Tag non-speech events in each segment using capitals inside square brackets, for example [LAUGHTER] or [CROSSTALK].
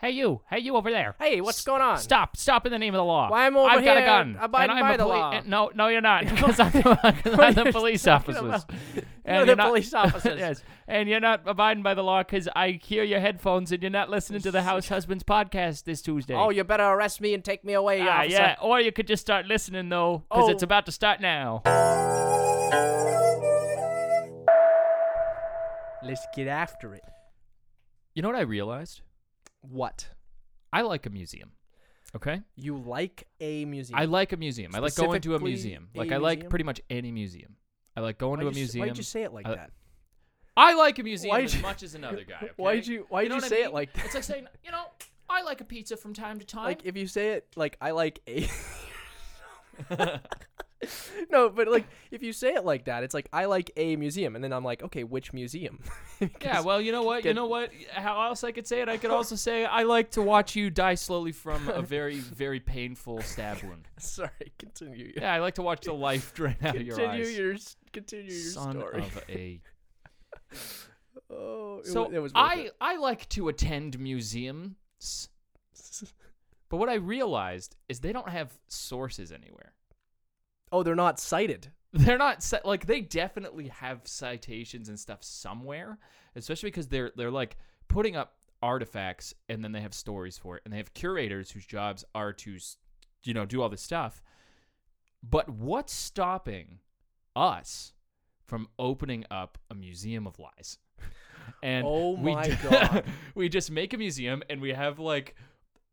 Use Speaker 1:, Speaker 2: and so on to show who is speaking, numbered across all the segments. Speaker 1: Hey you, hey you over there.
Speaker 2: Hey, what's
Speaker 1: S-
Speaker 2: going on?
Speaker 1: Stop, stop in the name of the law.
Speaker 2: Why am I over
Speaker 1: I've got a
Speaker 2: here
Speaker 1: gun. and
Speaker 2: abiding
Speaker 1: I'm
Speaker 2: by
Speaker 1: a
Speaker 2: the
Speaker 1: poli-
Speaker 2: law?
Speaker 1: and- No, no you're
Speaker 2: [LAUGHS]
Speaker 1: not. Because I'm, the- 'cause I'm the
Speaker 2: You're
Speaker 1: police
Speaker 2: talking
Speaker 1: officers.
Speaker 2: about- You're the police
Speaker 1: [LAUGHS]
Speaker 2: officers.
Speaker 1: yes. And you're not abiding by the law because I hear your headphones and you're not listening to the
Speaker 2: [LAUGHS]
Speaker 1: House Husbands podcast this Tuesday.
Speaker 2: Oh, you better arrest me and take me away,
Speaker 1: Ah,
Speaker 2: officer.
Speaker 1: yeah. Or you could just start listening though, because
Speaker 2: Oh.
Speaker 1: it's about to start now.
Speaker 2: Let's get after it.
Speaker 1: You know what I realized?
Speaker 2: What?
Speaker 1: I like a museum. Okay?
Speaker 2: You like a museum?
Speaker 1: I like a museum. I like going to a
Speaker 2: Mm. Specifically
Speaker 1: museum.
Speaker 2: a
Speaker 1: Like I like
Speaker 2: museum?
Speaker 1: pretty much any museum. I like going
Speaker 2: why'd
Speaker 1: to a
Speaker 2: you s-
Speaker 1: museum.
Speaker 2: Why'd you say it like
Speaker 1: I-
Speaker 2: that?
Speaker 1: I like a museum
Speaker 2: Why'd
Speaker 1: as
Speaker 2: you-
Speaker 1: much as another
Speaker 2: [LAUGHS]
Speaker 1: guy. Okay?
Speaker 2: why'd you- why'd
Speaker 1: know
Speaker 2: you
Speaker 1: what
Speaker 2: say it
Speaker 1: mean?
Speaker 2: like that?
Speaker 1: It's like saying, you know, I like a pizza from time to time.
Speaker 2: Like [LAUGHS] if you say it like I like
Speaker 1: [LAUGHS]
Speaker 2: a. no, but like if you say it like that, it's like I like a museum, and then I'm like, okay, which museum? [LAUGHS]
Speaker 1: yeah, well, you know what? you
Speaker 2: get-
Speaker 1: know what? How else I could say it? I could also say I like to watch you die slowly from
Speaker 2: [LAUGHS]
Speaker 1: a very, very painful stab wound.
Speaker 2: Sorry, continue.
Speaker 1: Yeah, I like to watch the life
Speaker 2: [LAUGHS]
Speaker 1: drain out of your
Speaker 2: continue
Speaker 1: eyes.
Speaker 2: your s- continue your
Speaker 1: Son
Speaker 2: story.
Speaker 1: of a.
Speaker 2: [LAUGHS]
Speaker 1: [LAUGHS]
Speaker 2: oh, it,
Speaker 1: So
Speaker 2: wa- it was worth
Speaker 1: I
Speaker 2: it.
Speaker 1: I like to attend museums, but what I realized is they don't have sources anywhere.
Speaker 2: [LAUGHS] Oh, they're not cited.
Speaker 1: they're not ci- like they definitely have citations and stuff somewhere especially because they're they're like putting up artifacts and then they have stories for it and they have curators whose jobs are to s- you know do all this stuff but what's stopping us from opening up a museum of lies [LAUGHS] and
Speaker 2: Oh
Speaker 1: we
Speaker 2: my
Speaker 1: d-
Speaker 2: God.
Speaker 1: [LAUGHS] we just make a museum and we have like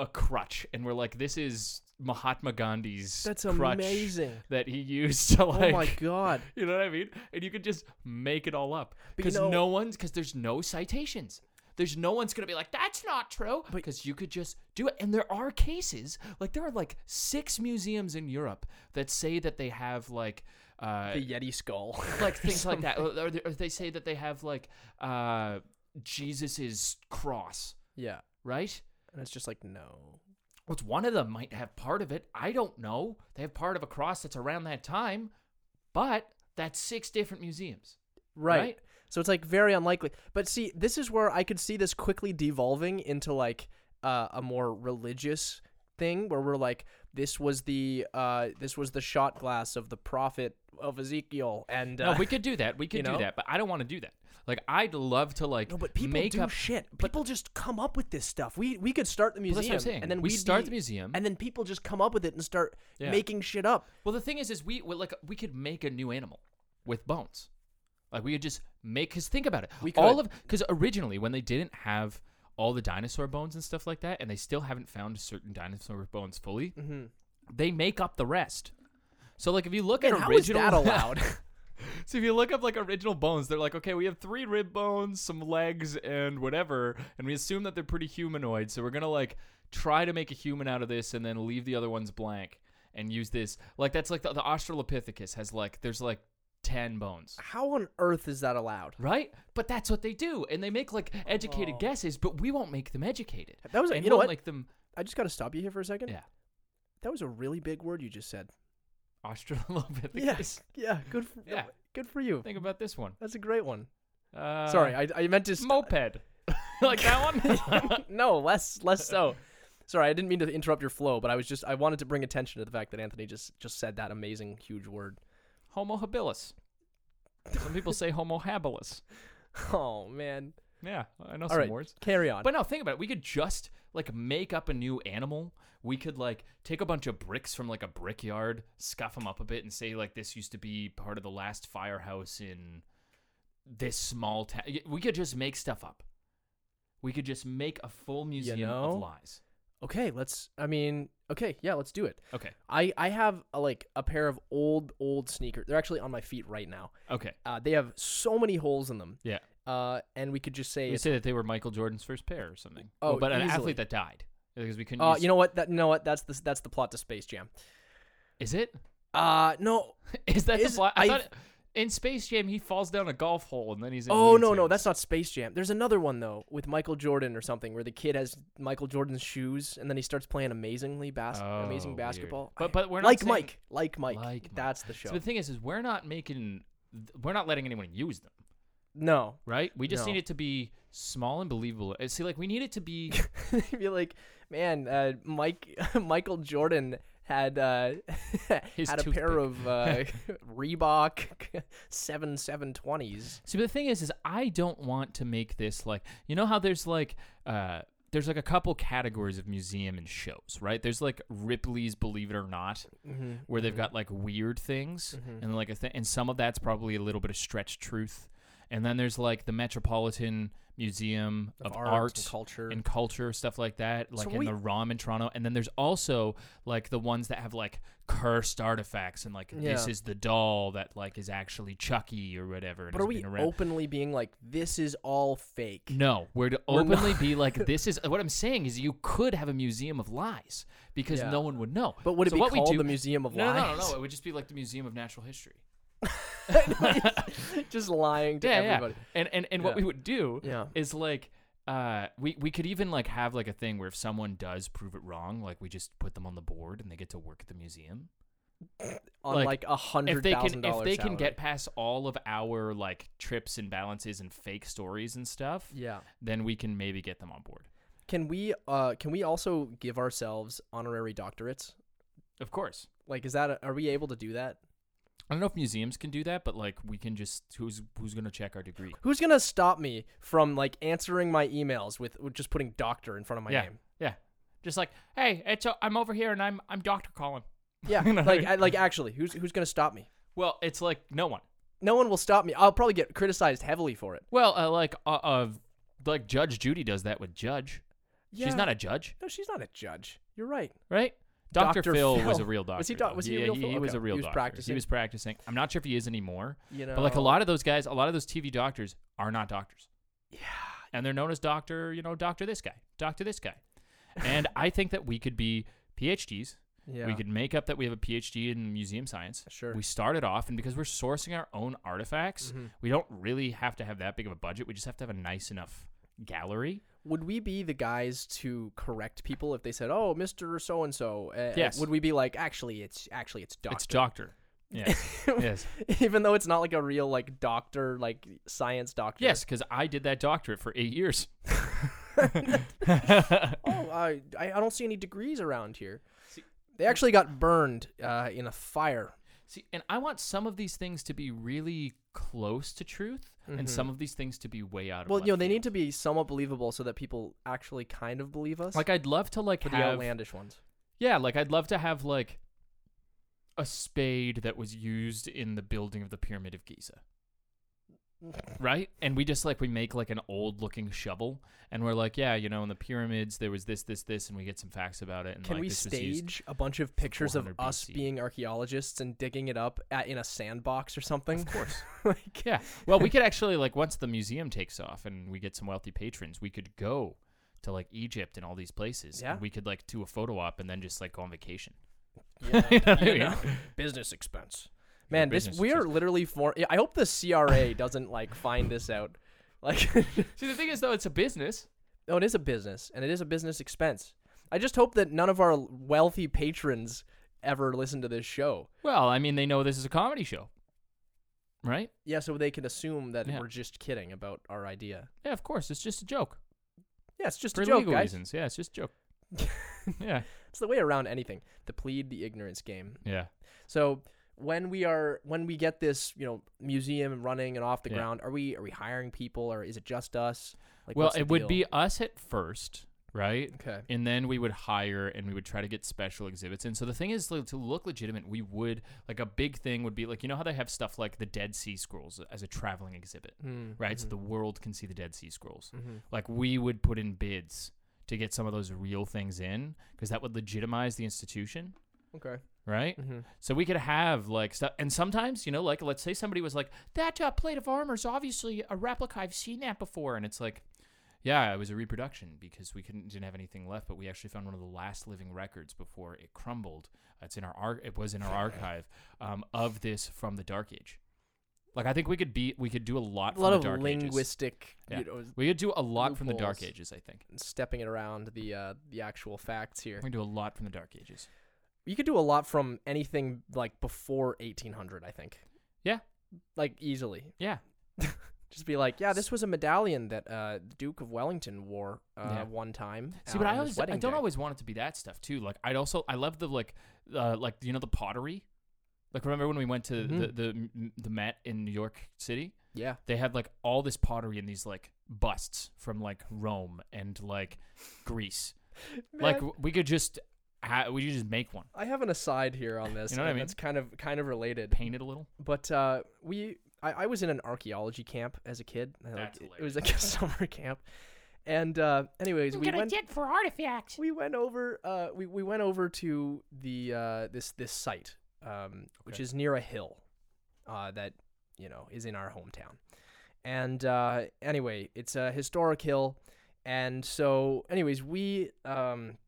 Speaker 1: a crutch and we're like this is mahatma gandhi's
Speaker 2: That's
Speaker 1: crutch
Speaker 2: amazing.
Speaker 1: that he used to
Speaker 2: Oh
Speaker 1: like
Speaker 2: my god.
Speaker 1: [LAUGHS] you know what I mean? And you could just make it all up
Speaker 2: But you
Speaker 1: because
Speaker 2: know-
Speaker 1: no one's because there's no citations. There's no one's gonna be like that's not true because you could just do it. And there are cases like there are like six museums in Europe that say that they have like uh,
Speaker 2: The Yeti skull.
Speaker 1: [LAUGHS]
Speaker 2: [LAUGHS]
Speaker 1: like things like that, or, or they- or they say that they have like uh, Jesus's cross,
Speaker 2: yeah.
Speaker 1: right?
Speaker 2: And it's just like no.
Speaker 1: Which one of them might have part of it. I don't know. They have part of a cross that's around that time, but that's six different museums.
Speaker 2: Right.
Speaker 1: Right?
Speaker 2: So it's like very unlikely. But see, this is where I could see this quickly devolving into like uh, a more religious thing where we're like this was the uh this was the shot glass of the prophet of Ezekiel and uh,
Speaker 1: No, we could do that. We could
Speaker 2: you
Speaker 1: do
Speaker 2: know?
Speaker 1: that, but I don't want to do that. Like I'd love to like
Speaker 2: [LAUGHS] No, but people
Speaker 1: make
Speaker 2: do
Speaker 1: up
Speaker 2: shit.
Speaker 1: but-
Speaker 2: people just come up with this stuff. We we could start the
Speaker 1: Well,
Speaker 2: museum,
Speaker 1: that's what I'm saying.
Speaker 2: and then
Speaker 1: we
Speaker 2: we'd
Speaker 1: start
Speaker 2: be-
Speaker 1: the museum.
Speaker 2: and then people just come up with it and start
Speaker 1: Yeah.
Speaker 2: making shit up.
Speaker 1: well, the thing is, is we well, like we could make a new animal with bones. Like we could just make. Cause think about it.
Speaker 2: We
Speaker 1: all
Speaker 2: could.
Speaker 1: of because originally when they didn't have all the dinosaur bones and stuff like that, and they still haven't found certain dinosaur bones fully,
Speaker 2: Mm-hmm.
Speaker 1: they make up the rest. So like if you look
Speaker 2: And
Speaker 1: at
Speaker 2: how is
Speaker 1: original [LAUGHS]
Speaker 2: that allowed?
Speaker 1: So if you look up like original bones, they're like, okay, we have three rib bones, some legs, and whatever, and we assume that they're pretty humanoid. So we're gonna like try to make a human out of this, and then leave the other ones blank and use this. Like that's like the, the Australopithecus has like there's like ten bones,
Speaker 2: how on earth is that allowed?
Speaker 1: right? But that's what they do, and they make like educated guesses, but we won't make them educated.
Speaker 2: Oh. That was a-
Speaker 1: and
Speaker 2: you know
Speaker 1: won't
Speaker 2: what?
Speaker 1: make them
Speaker 2: I just got to stop you here for a second.
Speaker 1: yeah
Speaker 2: That was a really big word you just said.
Speaker 1: Australopithecus.
Speaker 2: Yes. Yeah. Good. For,
Speaker 1: Yeah.
Speaker 2: Good for you.
Speaker 1: Think about this one.
Speaker 2: That's a great one.
Speaker 1: Uh,
Speaker 2: Sorry, I, I meant to. St- [LAUGHS]
Speaker 1: moped. like that [LAUGHS] one.
Speaker 2: no, less less so. Sorry, I didn't mean to interrupt your flow, but I was just I wanted to bring attention to the fact that Anthony just just said that amazing
Speaker 1: [LAUGHS]
Speaker 2: huge word.
Speaker 1: Homo habilis. Some people say Homo habilis.
Speaker 2: Oh man.
Speaker 1: Yeah, I know
Speaker 2: All
Speaker 1: some
Speaker 2: right.
Speaker 1: words.
Speaker 2: Carry on.
Speaker 1: But no, think about it. We could just like make up a new animal. We could like take a bunch of bricks from like a brickyard, scuff them up a bit, and say like this used to be part of the last firehouse in this small town. We could just make stuff up. We could just make a full museum
Speaker 2: know?
Speaker 1: of lies.
Speaker 2: okay, let's. I mean, okay, yeah, let's do it.
Speaker 1: Okay.
Speaker 2: I I have a, like a pair of old old sneakers. They're actually on my feet right now.
Speaker 1: Okay.
Speaker 2: Uh, they have so many holes in them.
Speaker 1: Yeah.
Speaker 2: Uh, and we could just say,
Speaker 1: You
Speaker 2: it's-
Speaker 1: say that they were Michael Jordan's first pair or something.
Speaker 2: Oh,
Speaker 1: Well, but an
Speaker 2: easily.
Speaker 1: athlete that died because we couldn't.
Speaker 2: uh,
Speaker 1: use-
Speaker 2: you know what? That you know what? That's the that's the plot to Space Jam.
Speaker 1: is it?
Speaker 2: Uh, no.
Speaker 1: [LAUGHS] Is that
Speaker 2: Is-
Speaker 1: the plot? I,
Speaker 2: I-
Speaker 1: thought in Space Jam he falls down a golf hole and then he's in.
Speaker 2: Oh no
Speaker 1: Looney
Speaker 2: no,
Speaker 1: Tunes.
Speaker 2: that's not Space Jam. There's another one though with Michael Jordan or something where the kid has Michael Jordan's shoes and then he starts playing amazingly bas-
Speaker 1: Oh,
Speaker 2: amazing
Speaker 1: weird.
Speaker 2: basketball.
Speaker 1: But-
Speaker 2: I-
Speaker 1: but we're not
Speaker 2: like
Speaker 1: saying-
Speaker 2: Mike, like Mike.
Speaker 1: Like Mike.
Speaker 2: That's the show.
Speaker 1: So the thing is, is we're not making, we're not letting anyone use them.
Speaker 2: No. [LAUGHS]
Speaker 1: right? We just
Speaker 2: No.
Speaker 1: need it to be small and believable. Uh, See, like we need it to be [LAUGHS]
Speaker 2: You'd be like, man, uh, Mike [LAUGHS] Michael Jordan had uh, [LAUGHS]
Speaker 1: His
Speaker 2: had a pair of uh,
Speaker 1: [LAUGHS]
Speaker 2: [LAUGHS] Reebok seven seven twenties.
Speaker 1: See, but the thing is, is I don't want to make this like you know how there's like uh there's like a couple categories of museum and shows, right? There's like Ripley's Believe It or Not, where
Speaker 2: Mm-hmm.
Speaker 1: they've got like weird things and like a thing, and some of that's probably a little bit of stretched truth, and then there's like the Metropolitan Museum of,
Speaker 2: art, and culture.
Speaker 1: and culture stuff like that like in
Speaker 2: we-
Speaker 1: the rom in toronto and then there's also like the ones that have like cursed artifacts and like this
Speaker 2: Yeah.
Speaker 1: is the doll that like is actually chucky or whatever and
Speaker 2: But are
Speaker 1: has
Speaker 2: we
Speaker 1: been around.
Speaker 2: openly being like, this is all fake?
Speaker 1: no we're to
Speaker 2: We're not-
Speaker 1: openly be
Speaker 2: [LAUGHS]
Speaker 1: like this is what i'm saying is you could have a museum of lies because
Speaker 2: Yeah.
Speaker 1: no one would know
Speaker 2: But would it
Speaker 1: So
Speaker 2: be
Speaker 1: what we
Speaker 2: called
Speaker 1: do-
Speaker 2: the Museum of
Speaker 1: no,
Speaker 2: Lies?
Speaker 1: no no no it would just be like the museum of natural history
Speaker 2: [LAUGHS] Just lying to
Speaker 1: yeah,
Speaker 2: everybody.
Speaker 1: Yeah. [LAUGHS] And and, and
Speaker 2: Yeah.
Speaker 1: what we would do
Speaker 2: Yeah.
Speaker 1: is like uh we, we could even like have like a thing where if someone does prove it wrong, like we just put them on the board and they get to work at the museum.
Speaker 2: On
Speaker 1: Like,
Speaker 2: like a hundred
Speaker 1: If they
Speaker 2: thousand
Speaker 1: can if
Speaker 2: dollars.
Speaker 1: they can get past all of our like trips and balances and fake stories and stuff,
Speaker 2: Yeah.
Speaker 1: then we can maybe get them on board.
Speaker 2: Can we uh can we also give ourselves honorary doctorates?
Speaker 1: Of course.
Speaker 2: Like is that a, are we able to do that?
Speaker 1: I don't know if museums can do that, but like we can just who's who's gonna check our degree?
Speaker 2: Who's gonna stop me from like answering my emails with, with just putting doctor in front of my
Speaker 1: yeah, [LAUGHS]
Speaker 2: name?
Speaker 1: yeah. Just like, hey, it's i I'm over here and I'm I'm Doctor Colin.
Speaker 2: Yeah,
Speaker 1: You know what I
Speaker 2: like
Speaker 1: mean?
Speaker 2: I, like actually, who's who's gonna stop me?
Speaker 1: Well, it's like no one.
Speaker 2: No one will stop me. I'll probably get criticized heavily for it.
Speaker 1: Well, uh, like uh, uh, like Judge Judy does that with Judge.
Speaker 2: Yeah.
Speaker 1: She's not a judge,
Speaker 2: No, she's not a judge. You're right.
Speaker 1: right? Doctor Phil, was a
Speaker 2: Phil.
Speaker 1: real doctor.
Speaker 2: Was he doc-
Speaker 1: though.
Speaker 2: was he a
Speaker 1: Yeah,
Speaker 2: real
Speaker 1: he,
Speaker 2: Phil?
Speaker 1: he was
Speaker 2: Okay.
Speaker 1: a real
Speaker 2: He was
Speaker 1: doctor.
Speaker 2: practicing.
Speaker 1: He was practicing. I'm not sure if he is anymore.
Speaker 2: You know,
Speaker 1: But like a lot of those guys, a lot of those TV doctors are not doctors,
Speaker 2: Yeah.
Speaker 1: and they're known as doctor, you know, doctor this guy, doctor this guy. And I think that we could be PhDs.
Speaker 2: Yeah.
Speaker 1: We could make up that we have a PhD in museum science.
Speaker 2: Sure. Mm-hmm.
Speaker 1: We started off, and because we're sourcing our own artifacts, we don't really have to have that big of a budget. We just have to have a nice enough gallery.
Speaker 2: Would we be the guys to correct people if they said, "Oh, Mister So and So"?
Speaker 1: Yes.
Speaker 2: Would we be like, actually, it's actually it's doctor,
Speaker 1: It's doctor. Yes. yes.
Speaker 2: [LAUGHS] even though it's not like a real like doctor, like science doctor.
Speaker 1: Yes, because I did that doctorate for eight
Speaker 2: [LAUGHS]
Speaker 1: years. [LAUGHS]
Speaker 2: Oh, I I I don't see any degrees around here. They actually got burned uh, in a fire.
Speaker 1: See, and I want some of these things to be really close to truth, and some of these things to be way out of.
Speaker 2: Mm-hmm. Well,
Speaker 1: left
Speaker 2: you know, they
Speaker 1: field.
Speaker 2: need to be somewhat believable so that people actually kind of believe us.
Speaker 1: Like, I'd love to like
Speaker 2: for the
Speaker 1: have.
Speaker 2: outlandish ones.
Speaker 1: Yeah, like I'd love to have like a spade that was used in the building of the Pyramid of Giza. Right? And we just like we make like an old looking shovel and we're like, yeah, you know, in the pyramids there was this, this, this, and we get some facts about it and
Speaker 2: Can
Speaker 1: like
Speaker 2: we
Speaker 1: this was used
Speaker 2: stage a bunch of pictures of
Speaker 1: 400
Speaker 2: us
Speaker 1: BC.
Speaker 2: being archaeologists and digging it up at, in a sandbox or something? [LAUGHS]
Speaker 1: Of course.
Speaker 2: like,
Speaker 1: yeah. Well, we could actually like once the museum takes off and we get some wealthy patrons, we could go to like Egypt and all these places.
Speaker 2: Yeah.
Speaker 1: And we could like do a photo op and then just like go on vacation.
Speaker 2: Yeah,
Speaker 1: [LAUGHS] You know what I
Speaker 2: you
Speaker 1: mean?
Speaker 2: know, business expense. Man, this
Speaker 1: business
Speaker 2: we are
Speaker 1: expense.
Speaker 2: literally for. I hope the
Speaker 1: [LAUGHS]
Speaker 2: CRA doesn't like find this out. Like, [LAUGHS]
Speaker 1: See the thing is though, it's a business.
Speaker 2: no, it is a business, and it is a business expense. I just hope that none of our wealthy patrons ever listen to this show.
Speaker 1: Well, I mean they know this is a comedy show. Right?
Speaker 2: Yeah, so they can assume that
Speaker 1: Yeah.
Speaker 2: we're just kidding about our idea.
Speaker 1: Yeah, of course. It's just a joke.
Speaker 2: Yeah, it's just
Speaker 1: For
Speaker 2: a joke,
Speaker 1: legal
Speaker 2: guys.
Speaker 1: reasons. Yeah, it's just a joke. yeah.
Speaker 2: [LAUGHS] It's the way around anything. The plead the ignorance game.
Speaker 1: Yeah.
Speaker 2: So when we are when we get this, you know, museum running and off the
Speaker 1: Yeah.
Speaker 2: ground, are we are we hiring people or is it just us? Like,
Speaker 1: well,
Speaker 2: what's the
Speaker 1: it would
Speaker 2: deal?
Speaker 1: be us at first, right?
Speaker 2: Okay.
Speaker 1: And then we would hire and we would try to get special exhibits. And so the thing is, like, to look legitimate, we would, like, a big thing would be, like, you know how they have stuff like the Dead Sea Scrolls as a traveling exhibit,
Speaker 2: Hmm.
Speaker 1: right?
Speaker 2: Mm-hmm.
Speaker 1: So the world can see the Dead Sea Scrolls. Like, we would put in bids to get some of those real things in because that would legitimize the institution,
Speaker 2: Okay. Mm-hmm.
Speaker 1: right? So we could have like stuff, and sometimes you know, like let's say somebody was like, "That uh, plate of armor is obviously a replica. I've seen that before," and it's like, "Yeah, it was a reproduction because we couldn't didn't have anything left, but we actually found one of the last living records before it crumbled. It's in our ar- it was in our archive um, of this from the Dark Age. Like I think we could be we could do a lot
Speaker 2: A
Speaker 1: from
Speaker 2: lot
Speaker 1: the
Speaker 2: of
Speaker 1: Dark Ages.
Speaker 2: linguistic,
Speaker 1: Yeah.
Speaker 2: you know,
Speaker 1: We could do a lot from the Dark
Speaker 2: loopholes.
Speaker 1: Ages. I think
Speaker 2: stepping it around the uh, the actual facts here.
Speaker 1: we can do a lot from the Dark Ages.
Speaker 2: You could do a lot from anything like before 1800, I think.
Speaker 1: Yeah.
Speaker 2: Like easily.
Speaker 1: Yeah.
Speaker 2: [LAUGHS] Just be like, yeah, this was a medallion that uh, the Duke of Wellington wore uh,
Speaker 1: Yeah.
Speaker 2: one time.
Speaker 1: See,
Speaker 2: uh,
Speaker 1: but
Speaker 2: on
Speaker 1: I
Speaker 2: his
Speaker 1: always I
Speaker 2: wedding
Speaker 1: don't
Speaker 2: day."
Speaker 1: always want it to be that stuff too. Like I'd also I love the like uh, like you know the pottery. Like remember when we went to the
Speaker 2: Mhm.
Speaker 1: the m- the Met in New York City?
Speaker 2: Yeah,
Speaker 1: They had like all this pottery and these like busts from like Rome and like Greece. Like
Speaker 2: Man,
Speaker 1: w- we could just ha- we could just make one,
Speaker 2: I have an aside here on this.
Speaker 1: [LAUGHS] You know what I
Speaker 2: and
Speaker 1: mean?
Speaker 2: It's kind of kind of related.
Speaker 1: paint it a little.
Speaker 2: but uh, we I, I was in an archaeology camp as a kid. I, like,
Speaker 1: That's
Speaker 2: it- it was like a [LAUGHS] summer camp, and uh, anyways, we went.
Speaker 1: dig for artifacts.
Speaker 2: We went over. Uh, we, we went over to the uh, this this site, um, which
Speaker 1: Okay.
Speaker 2: is near a hill, uh, that you know is in our hometown. And uh, anyway, it's a historic hill, and so anyways, we um,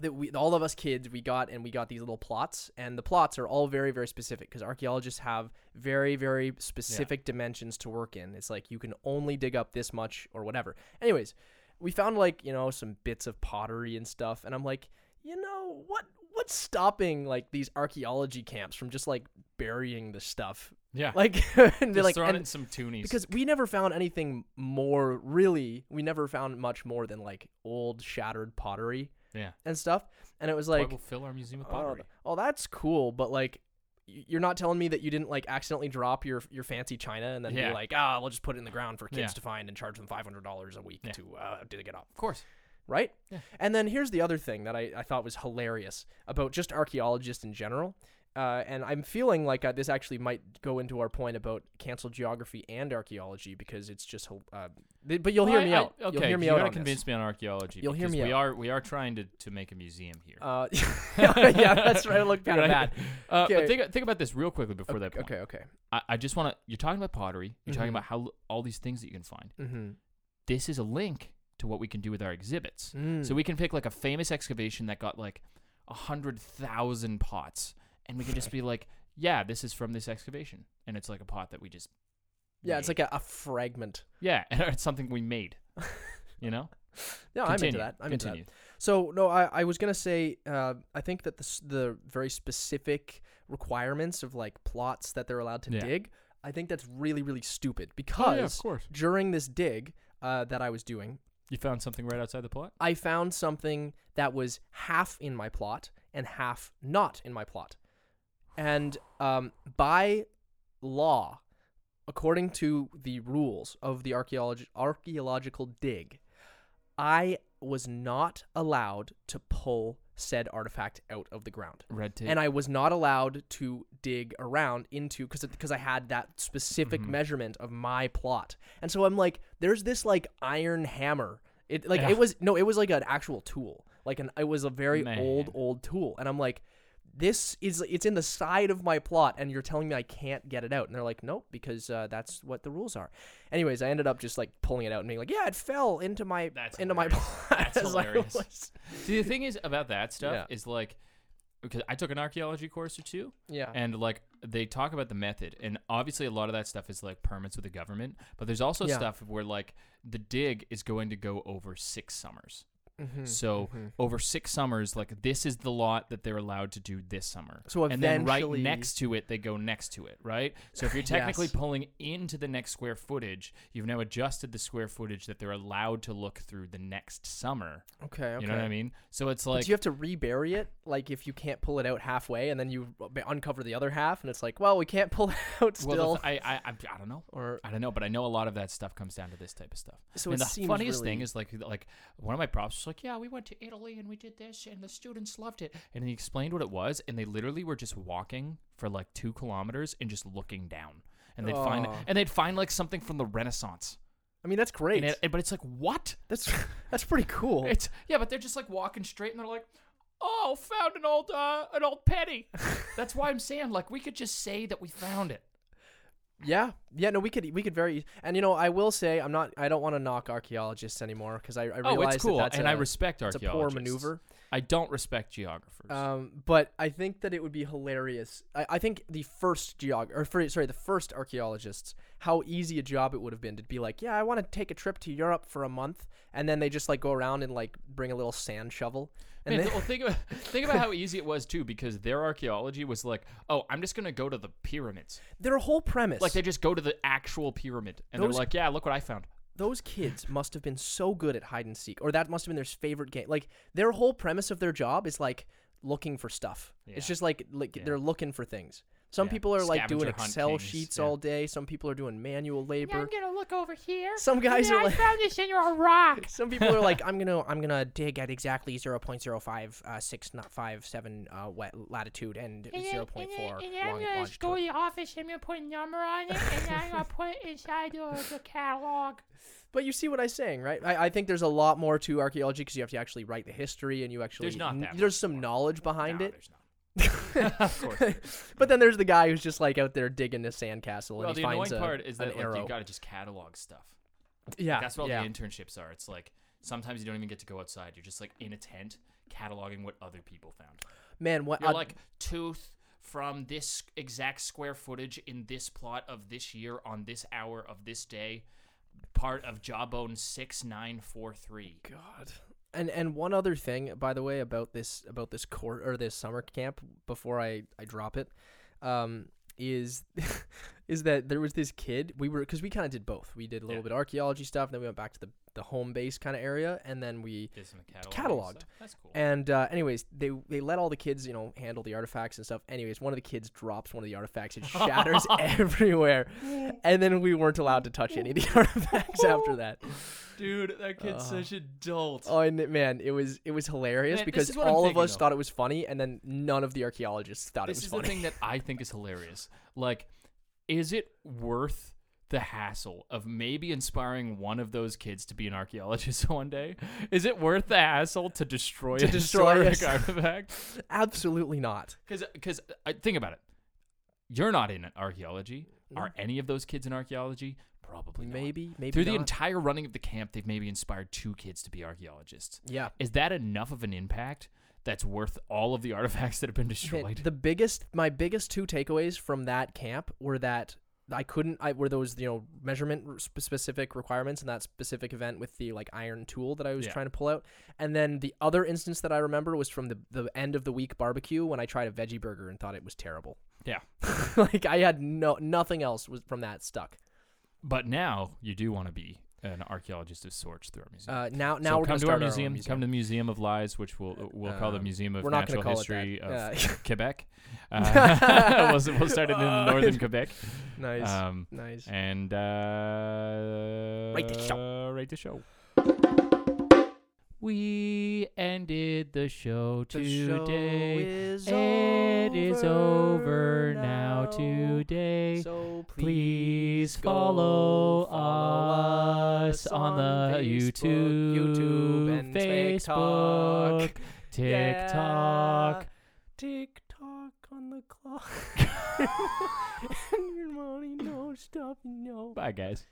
Speaker 2: that we all of us kids we got and we got these little plots, and the plots are all very very specific because archaeologists have very very specific dimensions to work in. It's like you can only dig up this much or whatever. Anyways, we found like you know some bits of pottery and stuff and i'm like you know what what's stopping like these archaeology camps from just like burying the stuff
Speaker 1: Yeah, like,
Speaker 2: like [LAUGHS] and they're
Speaker 1: just
Speaker 2: like
Speaker 1: throwing
Speaker 2: and-
Speaker 1: in some toonies.
Speaker 2: because we never found anything more really we never found much more than like old shattered pottery
Speaker 1: Yeah.
Speaker 2: and stuff and it was
Speaker 1: Why
Speaker 2: like
Speaker 1: we'll fill our museum with
Speaker 2: oh,
Speaker 1: pottery.
Speaker 2: oh that's cool but like y- you're not telling me that you didn't like accidentally drop your your fancy china and then
Speaker 1: Yeah.
Speaker 2: be like ah we'll just put it in the ground for kids
Speaker 1: Yeah.
Speaker 2: to find and charge them $500 a week
Speaker 1: Yeah.
Speaker 2: to uh, dig it up
Speaker 1: Of course.
Speaker 2: right?
Speaker 1: Yeah.
Speaker 2: And then here's the other thing that I, I thought was hilarious about just archaeologists in general. Uh, and I'm feeling like uh, this actually might go into our point about canceled geography and archaeology because it's just, hil- uh, th- but you'll hear
Speaker 1: Well, I-
Speaker 2: me
Speaker 1: I-
Speaker 2: out.
Speaker 1: Okay,
Speaker 2: you'll hear me
Speaker 1: you
Speaker 2: out
Speaker 1: gotta
Speaker 2: on
Speaker 1: convince
Speaker 2: this.
Speaker 1: me on archaeology.
Speaker 2: You'll hear
Speaker 1: because
Speaker 2: me
Speaker 1: We
Speaker 2: out.
Speaker 1: are we are trying to, to make a museum here.
Speaker 2: Uh, [LAUGHS] yeah, that's right. I look kind
Speaker 1: [LAUGHS]
Speaker 2: of
Speaker 1: Right?
Speaker 2: bad.
Speaker 1: Uh, but
Speaker 2: Okay.
Speaker 1: think think about this real quickly before that point.
Speaker 2: Okay, okay.
Speaker 1: I, I just want to. You're talking about pottery. You're talking
Speaker 2: Mhm.
Speaker 1: about how all these things that you can find.
Speaker 2: Mm-hmm.
Speaker 1: This is a link to what we can do with our exhibits.
Speaker 2: Mm.
Speaker 1: So we can pick like a famous excavation that got like a hundred thousand pots, and we can just be like, "Yeah, this is from this excavation," and it's like a pot that we just
Speaker 2: Mm. yeah, it's
Speaker 1: made.
Speaker 2: like a, a fragment.
Speaker 1: yeah, [LAUGHS] and it's something we
Speaker 2: [LAUGHS]
Speaker 1: made. You know, Continue.
Speaker 2: No, Oh, I'm into that. I'm into that.
Speaker 1: Continue.
Speaker 2: So no, I, I was gonna say uh, I think that the s- the very specific requirements of like plots that they're allowed to
Speaker 1: Yeah.
Speaker 2: dig, I think that's really really stupid
Speaker 1: Oh,
Speaker 2: because
Speaker 1: yeah, of course.
Speaker 2: during this dig uh, that I was doing,
Speaker 1: You found something right outside the plot.
Speaker 2: I found something that was half in my plot and half not in my plot, and um, by law, according to the rules of the archaeology archaeological dig, I was not allowed to pull said artifact out of the ground.
Speaker 1: Red tape.
Speaker 2: And I was not allowed to dig around into because because I had that specific
Speaker 1: Mhm.
Speaker 2: measurement of my plot. And so I'm like, there's this like iron hammer. It like
Speaker 1: Yeah.
Speaker 2: it was no, it was like an actual tool. Like an it was a very old
Speaker 1: Man.
Speaker 2: old tool. And I'm like, this is it's in the side of my plot, and you're telling me I can't get it out. And they're like, nope, because uh, that's what the rules are. Anyways, I ended up just like pulling it out and being like, yeah, it fell into my
Speaker 1: That's
Speaker 2: into my
Speaker 1: hilarious.
Speaker 2: [LAUGHS] plot.
Speaker 1: That's
Speaker 2: As I
Speaker 1: hilarious.
Speaker 2: was-
Speaker 1: See, the thing is about that stuff
Speaker 2: Yeah.
Speaker 1: is like because I took an archaeology course or two,
Speaker 2: yeah.
Speaker 1: and like they talk about the method, and obviously a lot of that stuff is like permits with the government, but there's also
Speaker 2: Yeah.
Speaker 1: stuff where like the dig is going to go over six summers.
Speaker 2: Mhm.
Speaker 1: So over six summers, like this is the lot that they're allowed to do this summer.
Speaker 2: So
Speaker 1: and then right
Speaker 2: eventually-
Speaker 1: next to it, they go next to it, right? So
Speaker 2: [SIGHS]
Speaker 1: if you're technically
Speaker 2: Yes.
Speaker 1: pulling into the next square footage, you've now adjusted the square footage that they're allowed to look through the next summer.
Speaker 2: Okay, okay.
Speaker 1: You know what I mean? So it's
Speaker 2: But
Speaker 1: like
Speaker 2: do you have to rebury it? Like if you can't pull it out halfway, and then you b- uncover the other half, and it's like, well, we can't pull [LAUGHS] it out still.
Speaker 1: Well, the th- I, I, I, I don't know.
Speaker 2: or
Speaker 1: I don't know, but I know a lot of that stuff comes down to this type of stuff.
Speaker 2: So
Speaker 1: and
Speaker 2: it
Speaker 1: the
Speaker 2: seems
Speaker 1: funniest thing
Speaker 2: really-
Speaker 1: is like like one of my props was like, "Yeah, we went to Italy and we did this, and the students loved it." And he explained what it was, and they literally were just walking for like two kilometers and just looking down, and they'd find
Speaker 2: Aw.
Speaker 1: and they'd find like something from the Renaissance.
Speaker 2: I mean, that's great.
Speaker 1: And it, but it's like what?
Speaker 2: that's that's pretty cool.
Speaker 1: [LAUGHS] It's yeah, but they're just like walking straight, and they're like, "Oh, found an old uh, an old
Speaker 2: [LAUGHS]
Speaker 1: penny." That's why I'm saying like we could just say that we found it.
Speaker 2: yeah, yeah. No, we could we could very. And you know, I will say, I'm not. I don't want to knock archaeologists anymore because I, I realize
Speaker 1: Oh, it's cool,
Speaker 2: that that's
Speaker 1: and
Speaker 2: a,
Speaker 1: I respect
Speaker 2: it's a
Speaker 1: archaeologists.
Speaker 2: poor maneuver.
Speaker 1: I don't respect geographers. [LAUGHS]
Speaker 2: Um, but I think that it would be hilarious. I, I think the first geog or fir- sorry, the first archaeologists, how easy a job it would have been to be like, yeah, I want to take a trip to Europe for a month, and then they just like go around and like bring a little sand shovel. And
Speaker 1: Man,
Speaker 2: then,
Speaker 1: th- well, think about think about how easy it was too, because their archaeology was like, oh, I'm just gonna go to the pyramids.
Speaker 2: their whole premise,
Speaker 1: Like they just go to the actual pyramid, and
Speaker 2: Those-
Speaker 1: they're like, yeah, look what I found.
Speaker 2: those kids must have been so good at hide and seek, or that must have been their favorite game. Like their whole premise of their job is like looking for stuff. It's
Speaker 1: Yeah.
Speaker 2: just like like
Speaker 1: Yeah.
Speaker 2: they're looking for things. Some
Speaker 1: Yeah.
Speaker 2: people are like doing
Speaker 1: Scavenger hunt
Speaker 2: Excel
Speaker 1: things,
Speaker 2: sheets
Speaker 1: yeah.
Speaker 2: all day. Some people are doing manual labor.
Speaker 1: gonna look over here.
Speaker 2: Some guys are like.
Speaker 1: found this in your
Speaker 2: [LAUGHS]
Speaker 1: rock.
Speaker 2: Some people are like, I'm gonna, I'm gonna dig at exactly 0.05, uh, six, not five, seven, uh, wet latitude and 0.4 long longitude.
Speaker 3: to the office. I'm gonna put a number on it, and then
Speaker 2: [LAUGHS]
Speaker 3: I'm gonna put it inside the, the catalog.
Speaker 2: But you see what I'm saying, right? I, I think there's a lot more to archaeology because you have to actually write the history and you actually
Speaker 1: not that
Speaker 2: there's
Speaker 1: much
Speaker 2: some
Speaker 1: more.
Speaker 2: knowledge behind
Speaker 1: No,
Speaker 2: it.
Speaker 1: there's not.
Speaker 2: [LAUGHS]
Speaker 1: Of course there
Speaker 2: but then there's the guy who's just like out there digging a sandcastle
Speaker 1: Well,
Speaker 2: and he
Speaker 1: the annoying
Speaker 2: finds a,
Speaker 1: part is
Speaker 2: an
Speaker 1: that like
Speaker 2: arrow.
Speaker 1: you gotta just catalog stuff.
Speaker 2: yeah,
Speaker 1: That's what all
Speaker 2: yeah.
Speaker 1: the internships are. It's like sometimes you don't even get to go outside. You're just like in a tent cataloging what other people found.
Speaker 2: man. What
Speaker 1: You're
Speaker 2: uh,
Speaker 1: like tooth from this exact square footage in this plot of this year on this hour of this day, part of jawbone six nine four three.
Speaker 2: God. And and one other thing, by the way, about this about this court or this summer camp before I I drop it, um, is [LAUGHS] is that there was this kid we were because we kind of did both. We did a little
Speaker 1: Yeah.
Speaker 2: bit of archaeology stuff, and then we went back to the the home base kind of area, and then we
Speaker 1: Did some cataloging
Speaker 2: Cataloged.
Speaker 1: stuff. That's cool.
Speaker 2: and uh, anyways, they they let all the kids, you know, handle the artifacts and stuff. Anyways, one of the kids drops one of the artifacts. It shatters everywhere, and then we weren't allowed to touch any of the artifacts after that.
Speaker 1: Dude, that kid's such a dolt.
Speaker 2: Uh, Oh, and it- man, it was it was hilarious
Speaker 1: Man, this
Speaker 2: because
Speaker 1: is what I'm
Speaker 2: all of
Speaker 1: thinking
Speaker 2: us
Speaker 1: of.
Speaker 2: thought it was funny, and then none of the archaeologists thought
Speaker 1: this
Speaker 2: it was
Speaker 1: is
Speaker 2: funny.
Speaker 1: the thing that I think is hilarious. Like, is it worth the hassle of maybe inspiring one of those kids to be an archaeologist [LAUGHS] one day? Is it worth the hassle to destroy
Speaker 2: To
Speaker 1: a
Speaker 2: destroy
Speaker 1: historic
Speaker 2: us.
Speaker 1: artifact?
Speaker 2: [LAUGHS] Absolutely not.
Speaker 1: Because because uh, think about it, you're not in archaeology. Are any of those kids in archaeology? Probably not.
Speaker 2: Maybe maybe
Speaker 1: Through the
Speaker 2: not.
Speaker 1: entire running of the camp, they've maybe inspired two kids to be archaeologists.
Speaker 2: yeah.
Speaker 1: Is that enough of an impact that's worth all of the artifacts that have been
Speaker 2: Man,
Speaker 1: destroyed?
Speaker 2: the biggest, my biggest two takeaways from that camp were that I couldn't. I were those you know measurement r- sp- specific requirements in that specific event with the like iron tool that I was
Speaker 1: Yeah.
Speaker 2: trying to pull out. And then the other instance that I remember was from the the end of the week barbecue when I tried a veggie burger and thought it was terrible.
Speaker 1: yeah.
Speaker 2: [LAUGHS] like I had no nothing else was from that stuck.
Speaker 1: But now you do want to be an archaeologist of sorts through our museum.
Speaker 2: Uh, now
Speaker 1: So
Speaker 2: now we're
Speaker 1: come
Speaker 2: gonna
Speaker 1: to
Speaker 2: start
Speaker 1: our museum,
Speaker 2: Our own
Speaker 1: Come to the Museum of Lies, which we'll uh, we'll call the
Speaker 2: Um,
Speaker 1: Museum of
Speaker 2: we're not gonna
Speaker 1: Natural
Speaker 2: call it that.
Speaker 1: History of
Speaker 2: Yeah. [LAUGHS]
Speaker 1: Quebec. Uh, [LAUGHS] we'll, we'll start it in northern Quebec.
Speaker 2: nice,
Speaker 1: Um,
Speaker 2: nice.
Speaker 1: and uh,
Speaker 2: Rate the
Speaker 1: Rate the show. We ended the show
Speaker 2: The show
Speaker 1: today.
Speaker 2: is
Speaker 1: it is over now
Speaker 2: now.
Speaker 1: today.
Speaker 2: So
Speaker 1: Please
Speaker 2: go
Speaker 1: follow,
Speaker 2: follow
Speaker 1: us on the
Speaker 2: Facebook,
Speaker 1: YouTube,
Speaker 2: YouTube, and
Speaker 1: Facebook, TikTok.
Speaker 2: TikTok
Speaker 1: [LAUGHS]
Speaker 2: on [LAUGHS] the clock. and your money, no stop, no.
Speaker 1: Bye, guys.